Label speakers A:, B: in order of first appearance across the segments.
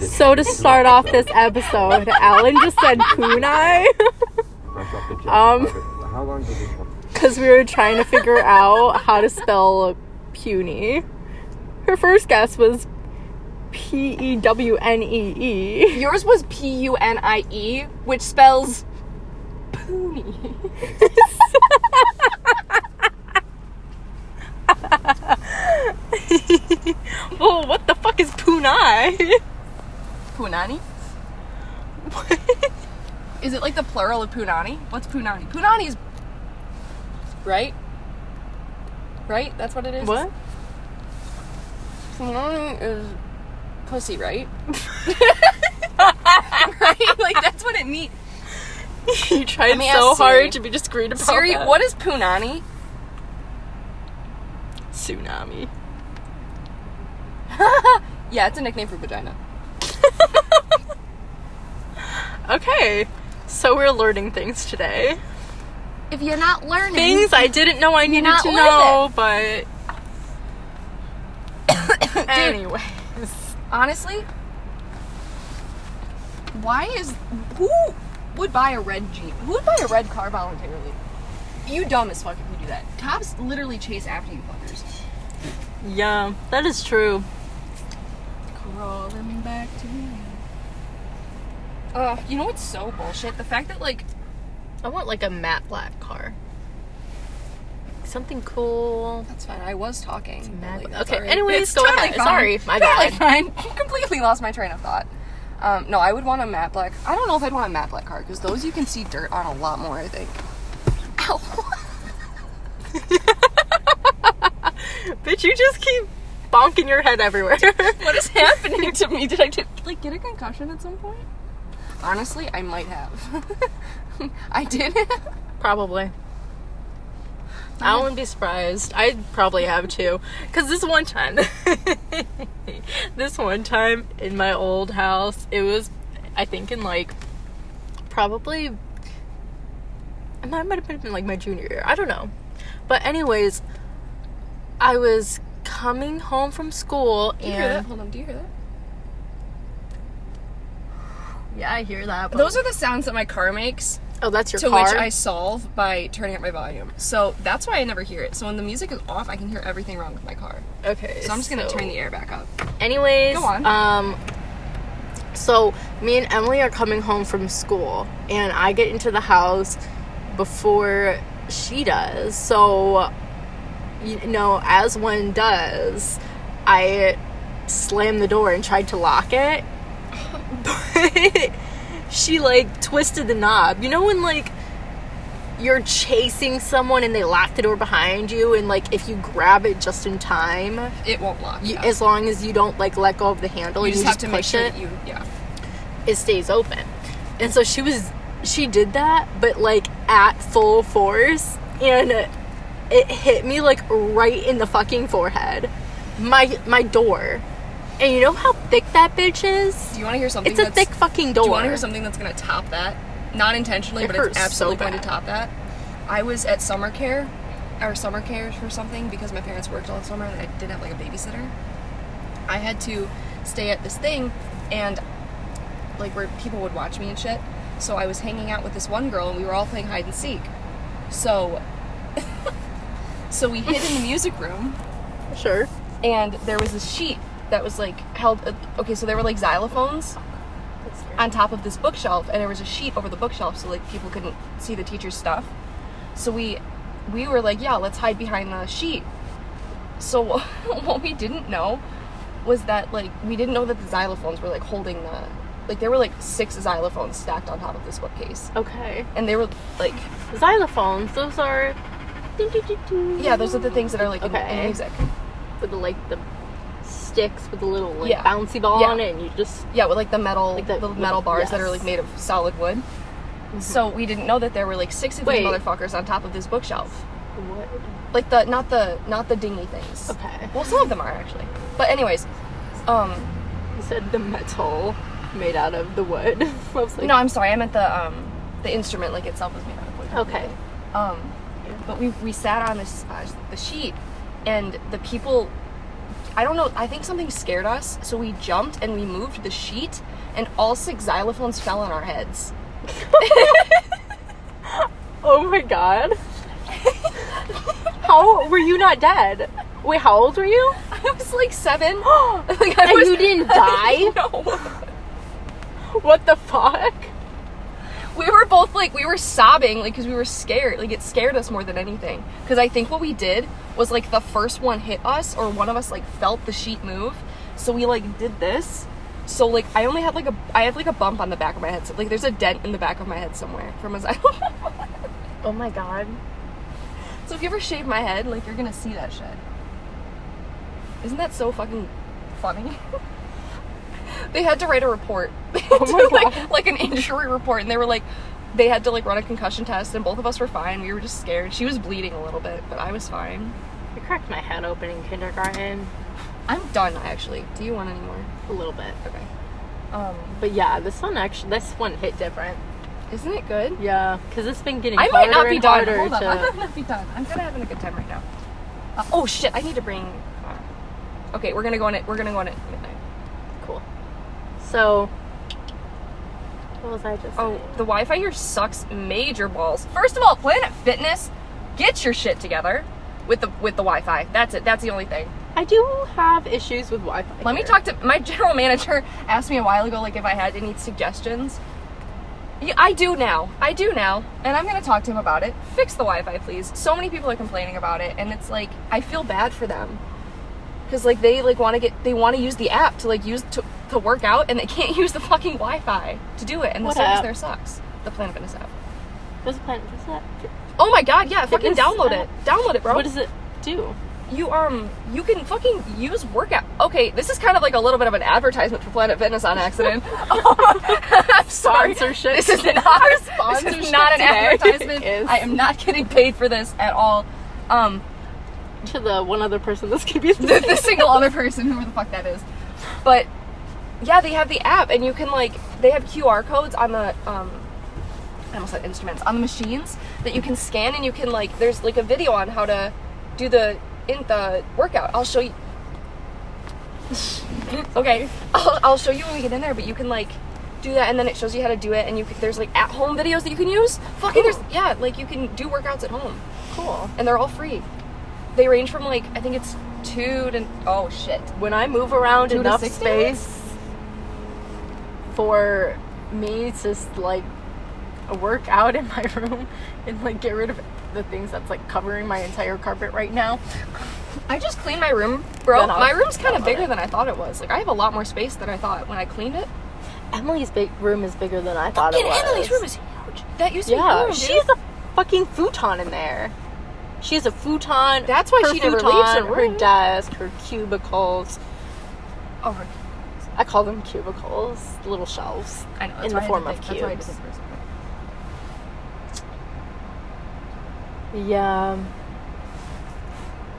A: So to start off this episode, Alan just said kunai Um,
B: How long did it take?
A: because we were trying to figure out how to spell puny. Her first guess was P E W N E E.
C: Yours was P U N I E, which spells poonie.
A: Well, what the fuck is punai?
C: Punani? Is it like the plural of punani? What's punani? Punani is right. Right? That's what it is.
A: what?
C: Punani is pussy, right? right? Like that's what it means.
A: You tried
C: Let me
A: so
C: ask Siri.
A: hard to be discreet about
C: Siri,
A: that.
C: what is punani?
A: tsunami?
C: Yeah, it's a nickname for vagina.
A: Okay, so we're learning things today.
C: If you're not learning,
A: Things I didn't know I needed
C: not
A: to
C: worth
A: know, but anyway.
C: honestly, why is who would buy a red Jeep? Who would buy a red car voluntarily? You dumb as fuck if you do that. Cops literally chase after you fuckers.
A: Yeah, that is true.
C: Crawling back to you. Ugh, you know what's so bullshit? The fact that like
A: I want like a matte black car. Something cool.
C: that's fine. I was talking. but,
A: mad-
C: like, that's
A: okay,
C: alright.
A: anyways,
C: It's
A: go ahead.
C: fine.
A: Sorry, my
C: totally fine. Completely lost my train of thought. Um, no, I would want a matte black. I don't know if I'd want a matte black car because those you can see dirt on a lot more. I think. Ow.
A: Bitch, you just keep bonking your head everywhere.
C: what is happening to me? Did I get, like get a concussion at some point? Honestly, I might have. I did.
A: probably. I wouldn't be surprised. I probably have too. Because this one time, this one time in my old house, it was, I think, in like probably and that might have been like my junior year. I don't know. But anyways, I was coming home from school
C: Do you hear that?
A: and
C: Hold on. Do you hear that?
A: yeah, I hear that.
C: Those are the sounds that my car makes,
A: oh, that's your
C: to
A: car.
C: which I solve by turning up my volume. So that's why I never hear it. So when the music is off, I can hear everything wrong with my car.
A: okay,
C: So I'm just gonna turn the air back up.
A: Anyways,
C: Go on.
A: um so me and Emily are coming home from school and I get into the house before she does. So you know, as one does, I slammed the door and tried to lock it. But she like twisted the knob. You know when like you're chasing someone and they lock the door behind you and like if you grab it just in time,
C: It won't lock.
A: you,
C: yeah.
A: as long as you don't like let go of the handle,
C: you
A: you,
C: just have to make
A: push
C: sure
A: it.
C: that you. Yeah.
A: it stays open. And so she was, she did that, but like at full force, and it hit me like right in the fucking forehead, my my door. And you know how thick that bitch is?
C: Do you want to hear something?
A: It's a
C: that's,
A: thick fucking door.
C: Do you want to hear something that's going to top that? Not intentionally,
A: It
C: but
A: hurts
C: it's
A: so
C: absolutely going to
A: bad.
C: top that. I was at summer care, or summer care for something because my parents worked all summer and I didn't have like a babysitter. I had to stay at this thing, and like where people would watch me and shit. So I was hanging out with this one girl, and we were all playing hide and seek. So, so we hid in the music room
A: Sure.
C: and there was this sheet that was like held uh, okay so there were like xylophones on top of this bookshelf and there was a sheet over the bookshelf so like people couldn't see the teacher's stuff so we we were like yeah let's hide behind the sheet so what we didn't know was that like we didn't know that the xylophones were like holding the like there were like six xylophones stacked on top of this bookcase
A: Okay.
C: and they were like
A: Xylophones. Those are.
C: yeah those are the things that are like in- in,
A: Okay.
C: music
A: with the like the sticks with the little like
C: Yeah.
A: bouncy ball
C: Yeah.
A: on it, and you just
C: Yeah, with like the metal,
A: Like the
C: the, metal
A: little-
C: bars that are
A: yes. Mm-hmm.
C: like made of solid wood. So we didn't know that there were like six of
A: Wait.
C: these motherfuckers on top of this bookshelf.
A: what?
C: Like the not the not the dingy things.
A: Okay.
C: Well, some of them are actually. But anyways, um,
A: You said the metal made out of the wood. I was like,
C: no, I'm sorry. I meant the um, the instrument like itself was made out of wood.
A: Okay.
C: Um, but we we sat on this uh, the sheet, and the people I don't know. I think something scared us, so we jumped and we moved the sheet, and all six xylophones fell on our heads.
A: Oh my god. how were you not dead? Wait, how old were you?
C: I was like seven. like I
A: And you didn't die?
C: no.
A: What the fuck?
C: we were both like we were sobbing like because we were scared like it scared us more than anything because i think what we did was like the first one hit us or one of us like felt the sheet move so we like did this so like i only had like a i had like a bump on the back of my head so, like there's a dent in the back of my head somewhere from a xylophone
A: Oh my god.
C: so if you ever shave my head like you're gonna see that shit isn't that so fucking funny they had to write a report
A: Oh my
C: to, like,
A: God.
C: like an injury report and they were like they had to like run a concussion test and both of us were fine we were just scared she was bleeding a little bit but i was fine
A: I cracked my head open in kindergarten
C: i'm done actually do you want any more
A: a little bit.
C: okay um
A: But yeah, this one actually, this one hit different.
C: isn't it good
A: Yeah, because it's been getting.
C: i might not
A: harder
C: be
A: and
C: done
A: harder
C: hold up i
A: to-
C: might not be done i'm kind of having a good time right now uh, oh shit i need to bring uh, okay we're gonna go on it we're gonna go on it midnight
A: Cool. So, what was I just?
C: Oh,
A: saying?
C: the Wi-Fi here sucks major balls. First of all, Planet Fitness, get your shit together with the with the Wi-Fi. That's it. That's the only thing.
A: I do have issues with Wi-Fi.
C: Let me
A: here.
C: talk to my general manager. Asked me a while ago, like if I had any suggestions. Yeah, I do now. I do now, and I'm gonna talk to him about it. Fix the Wi-Fi, please. So many people are complaining about it, and it's like I feel bad for them because like they like want to get they want to use the app to like use to to work out, and they can't use the fucking Wi-Fi to do it, and the
A: What
C: service
A: app?
C: there sucks. The Planet Fitness app.
A: What's Planet What's that?
C: Oh my god, yeah, fucking
A: Fitness
C: download
A: app.
C: it. Download it, bro.
A: What does it do?
C: you um you can fucking use workout. Okay, this is kind of like a little bit of an advertisement for Planet Fitness on accident. I'm sorry.
A: Sponsorship.
C: This is not This
A: Sponsorship
C: is not an
A: today
C: advertisement.
A: is-
C: I am not getting paid for this at all. Um
A: To the one other person, this could be
C: the, the single other person, whoever the fuck that is. But yeah, they have the app, and you can like they have QR codes on the um, I almost said instruments on the machines that you can scan, and you can like there's like a video on how to do the in the workout. I'll show you. okay, I'll, I'll show you when we get in there, but you can like do that, and then it shows you how to do it, and you can, there's like at home videos that you can use. Fucking there's yeah, like you can do workouts at home
A: cool.
C: and they're all free. They range from like I think it's two to oh shit.
A: When I move around
C: Two to
A: enough
C: six
A: space for me to like work out in my room and like get rid of the things that's like covering my entire carpet right now.
C: I just cleaned my room, bro.
A: Then I'll-
C: My room's kind
A: I'll
C: of bigger
A: let
C: than I thought it was. Like I have a lot more space than I thought when I cleaned it.
A: Emily's big room is bigger than I thought it was.
C: is huge. That used to be
A: Yeah,
C: her room,
A: she
C: dude.
A: has a fucking futon in there. She has a futon.
C: That's why she never leaves her room.
A: Her desk, her cubicles.
C: Oh, her-
A: I call them cubicles, little shelves.
C: I know. that's
A: In the
C: why I
A: form
C: did
A: of
C: that. That's why I did
A: cubes.
C: that first.
A: Yeah.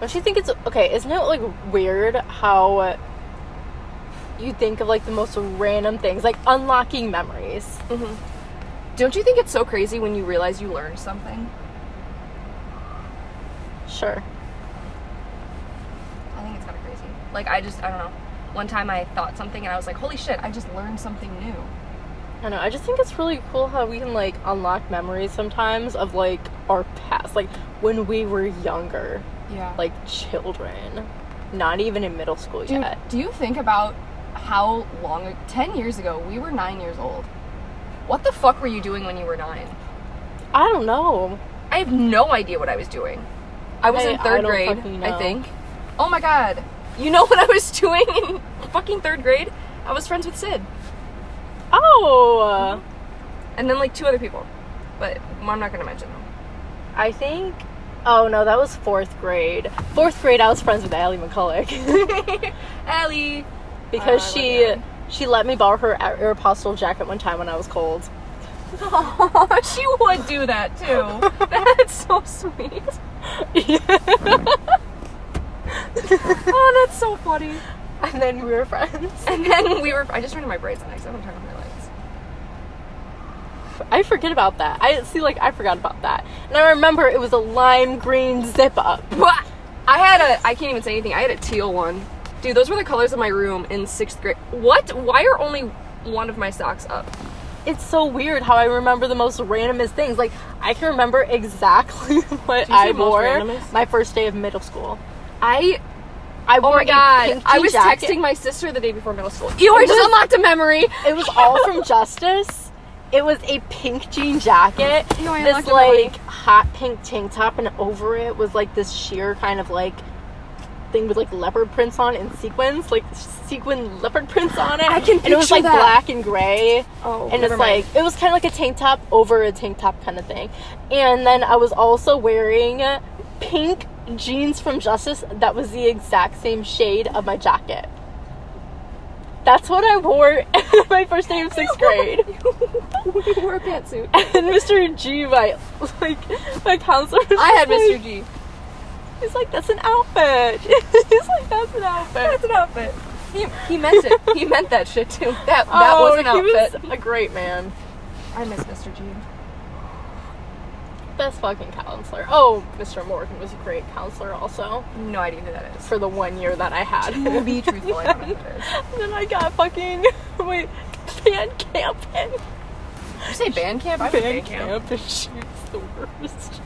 A: Don't you think it's okay? Isn't it like weird how you think of like the most random things, like unlocking memories?
C: Mm-hmm. Don't you think it's so crazy when you realize you learned something?
A: Sure.
C: I think it's kind of crazy. Like I just I don't know. One time I thought something and I was like, holy shit! I just learned something new.
A: I know. I just think it's really cool how we can like unlock memories sometimes of like our past, like when we were younger,
C: Yeah.
A: like children, not even in middle school
C: Dude,
A: yet.
C: do you think about how long? ag- Ten years ago, we were nine years old. What the fuck were you doing when you were nine?
A: I don't know.
C: I have no idea what I was doing. I was
A: I-
C: in
A: I
C: third
A: don't
C: grade,
A: fucking
C: I
A: know.
C: think. Oh my god! You know what I was doing in fucking third grade? I was friends with Sid,
A: Oh,
C: and then like two other people, but I'm not gonna mention them.
A: I think. Oh no, that was fourth grade. Fourth grade, I was friends with Allie McCulloch.
C: Ellie.
A: because
C: Oh, I love
A: she
C: Allie.
A: she let me borrow her Aeropostale jacket one time when I was cold.
C: Oh, she would do that too. That's so sweet. Oh, that's so funny.
A: and then we were friends.
C: And then we were. I just turned on my braids on because I haven't turned on my lights.
A: I forget about that. I see, like I forgot about that, and I remember it was a lime green zip up.
C: But I had a. I can't even say anything. I had a teal one. Dude, those were the colors of my room in sixth grade. What? Why are only one of my socks up?
A: It's so weird how I remember the most randomest things. Like I can remember exactly what
C: you say
A: I
C: most
A: wore
C: randomest?
A: my first day of middle school.
C: I
A: I
C: oh
A: wore
C: my
A: a
C: god!
A: pink
C: I
A: tea
C: was
A: jacket.
C: texting my sister the day before middle school. You I just
A: was-
C: unlocked a memory.
A: It was all from Justice. It was a pink jean jacket.
C: No, I
A: this
C: unlocked a memory.
A: like hot pink tank top, and over it was like this sheer kind of like thing with like leopard prints on and sequins, like sequin leopard prints on it.
C: I can
A: and it was
C: picture
A: like
C: that.
A: black and gray.
C: Oh,
A: and
C: never
A: it's
C: mind.
A: like it was kind of like a tank top over a tank top kind of thing. And then I was also wearing pink jeans from Justice that was the exact same shade of my jacket. That's what I wore my first day of
C: Oh
A: sixth grade.
C: you wore a pantsuit.
A: And Mr. G, my like my counselor, was
C: I had
A: like-
C: Mr. G.
A: He's like, "That's an outfit." He's like, "That's an outfit."
C: That's an outfit. He, he meant it. he meant that shit too. That that
A: Oh,
C: was an outfit.
A: He was a great man.
C: I miss Mr. G.
A: Best fucking counselor. Oh, Mr. Morgan was a great counselor also
C: No idea who that is.
A: for the one year that I had.
C: To be truthful, I don't know who that is.
A: And then I got fucking wait, fan camping.
C: Did you say band camp? I was band camp.
A: and shoots the worst.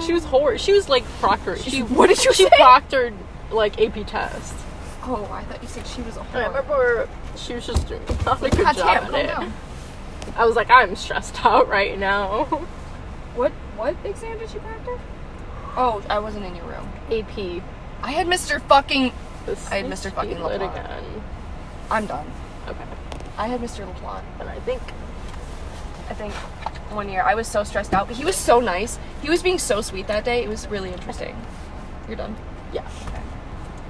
A: She was horrid. She was like proctor. She
C: what did you
A: she
C: say?
A: proctored like AP tests.
C: Oh, I thought you said she was a whore.
A: And I remember she was just doing not a good
C: God damn,
A: job
C: calm
A: at it.
C: down.
A: I was like, I'm stressed out right now.
C: What what exam did she practice? Oh, I wasn't in your room.
A: AP.
C: I had Mr. Fucking.
A: This
C: I had Mr.
A: must be
C: fucking
A: lit
C: LeBlanc.
A: again.
C: I'm done.
A: Okay.
C: I had Mr. LeBlanc.
A: And I think
C: I think one year I was so stressed out, but he was so nice. He was being so sweet that day. It was really interesting. You're done.
A: yeah.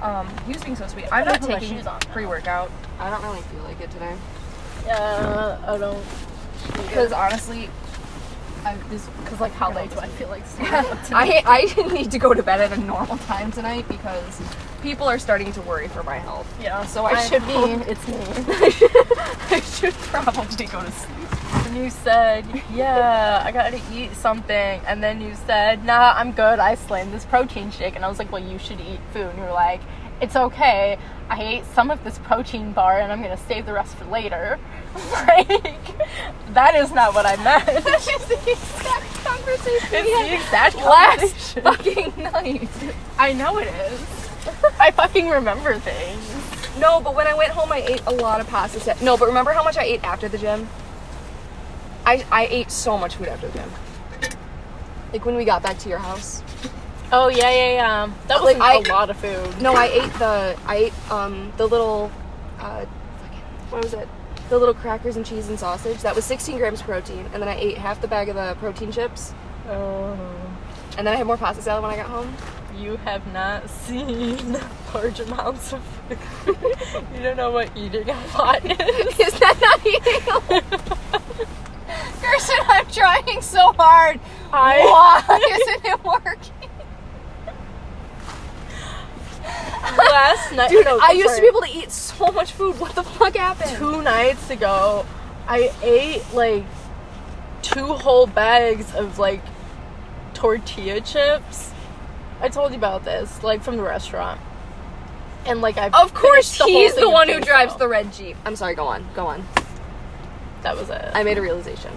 C: Um, he was being so sweet. I'm
A: I
C: not
A: put my
C: taking
A: shoes on now.
C: pre-workout. I don't really feel like it today.
A: Yeah, I don't.
C: Because honestly, I this
A: Because like how late do I feel like sleeping?
C: I I need to go to bed at a normal time tonight because people are starting to worry for my health.
A: yeah,
C: so I should
A: be.
C: hope-
A: It's me.
C: I should probably go to sleep.
A: And you said, yeah, I gotta eat something. And then you said, nah, I'm good. I slammed this protein shake. And I was like, well, you should eat food. And you were like, it's okay. I ate some of this protein bar and I'm gonna save the rest for later. Like, that is not what I meant.
C: That is the exact conversation we
A: It's the
C: had
A: exact
C: last
A: conversation.
C: fucking night.
A: I know it is. I fucking remember things.
C: No, but when I went home, I ate a lot of pasta. set- No, but remember how much I ate after the gym? I I ate so much food after the gym. Like when we got back to your house.
A: Oh, yeah, yeah, yeah. That was
C: Like,
A: a
C: I-
A: lot of food.
C: No, I ate the I ate um the little uh fucking- what was it? The little crackers and cheese and sausage. That was 16 grams protein, and then I ate half the bag of the protein chips,
A: Oh.
C: and then I had more pasta salad when I got home.
A: You have not seen large amounts of food. you don't know what eating a lot is.
C: Is that not eating? Kirsten, I'm trying so hard.
A: I-
C: Why isn't it working?
A: Last night,
C: Dude,
A: no,
C: I used to
A: sorry.
C: be able to eat so much food. What the fuck happened?
A: two nights ago. I ate like two whole bags of like tortilla chips. I told you about this, like from the restaurant, and like I.
C: Of course,
A: finished the whole
C: he's the
A: thing
C: one
A: in
C: who
A: peso.
C: drives the red jeep. I'm sorry. Go on. Go on.
A: That was it.
C: I made a realization.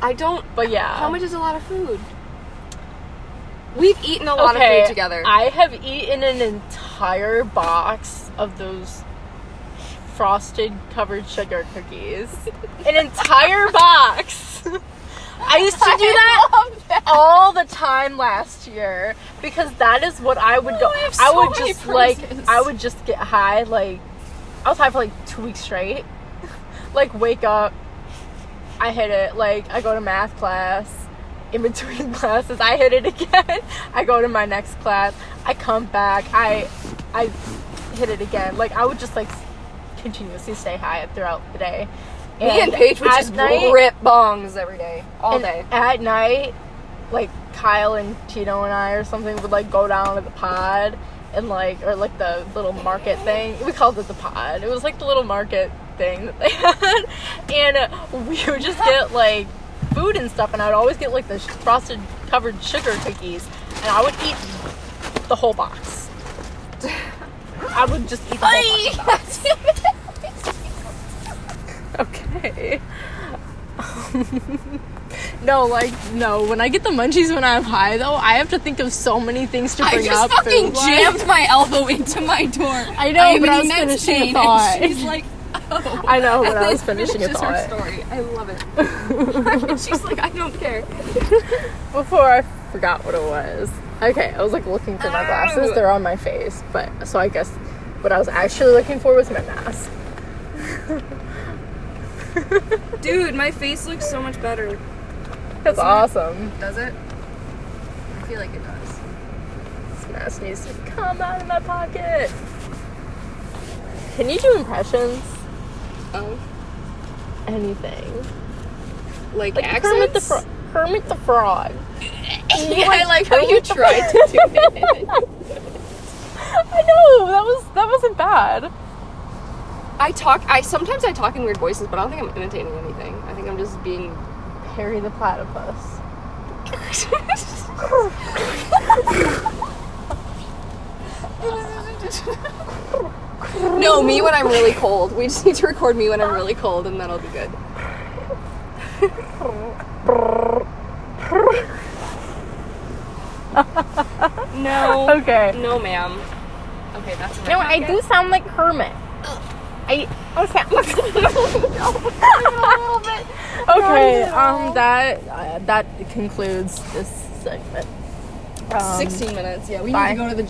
C: I don't.
A: but yeah,
C: How much is a lot of food? We've eaten a lot of food together.
A: I have eaten an entire box of those frosted covered sugar cookies. an entire box. I used to do that, all the time last year because that is what I would go.
C: Oh, I have
A: I
C: so
A: would
C: many
A: just
C: prizes.
A: like I would just get high like I was high for like two weeks straight. like wake up, I hit it. Like I go to math class. In between classes, I hit it again. I go to my next class. I come back. I I hit it again. Like I would just like continuously stay high throughout the day.
C: Me and Paige would
A: at
C: just
A: night-
C: rip bongs every day, all
A: and
C: day.
A: At night, like Kyle and Tito and I or something would like go down to the pod and like or like the little market thing. We called it the pod. It was like the little market thing that they had, and uh, we would just get like food and stuff. And I'd always get like the sh- frosted covered sugar cookies, and I would eat like the whole box. I would just eat the whole box. Okay. Um, no, like no. When I get the munchies when I'm high, though, I have to think of so many things to
D: I
A: bring
D: just
A: up.
D: fucking
A: and-
D: jammed my elbow into my door.
A: I know,
D: am
A: but
D: in
A: I was
D: immense
A: finishing a
D: pain,
A: thought.
D: And she's like, oh.
A: I know, but
D: And
A: I was
D: it
A: finishing a
D: finishes her
A: thought.
D: story. I love it. she's like, I don't care.
A: before I forgot what it was. Okay, I was like looking for my glasses.
D: Ow.
A: They're on my face, but so I guess what I was actually looking for was my mask.
D: Dude, my face looks so much better.
A: That's awesome.
D: Does it? I feel like it does.
A: This mask needs to come out of my pocket. Can you do impressions?
D: Oh,
A: Anything?
D: like,
A: Like
D: accents?
A: Kermit the Frog. Kermit the Frog.
D: yeah, I like how you tried to do it.
A: I know that was that wasn't bad.
C: I talk. I sometimes I talk in weird voices, but I don't think I'm imitating anything. I think I'm just being.
A: Harry the Platypus.
C: No, me when I'm really cold. We just need to record me when I'm really cold, and that'll be good. no.
A: Okay.
C: No, ma'am. Okay, that's enough.
A: No, I do sound like Kermit. I okay. okay. Um. That uh, that concludes this segment. Um,
C: 16 minutes. Yeah, we
A: Bye.
C: need to go to the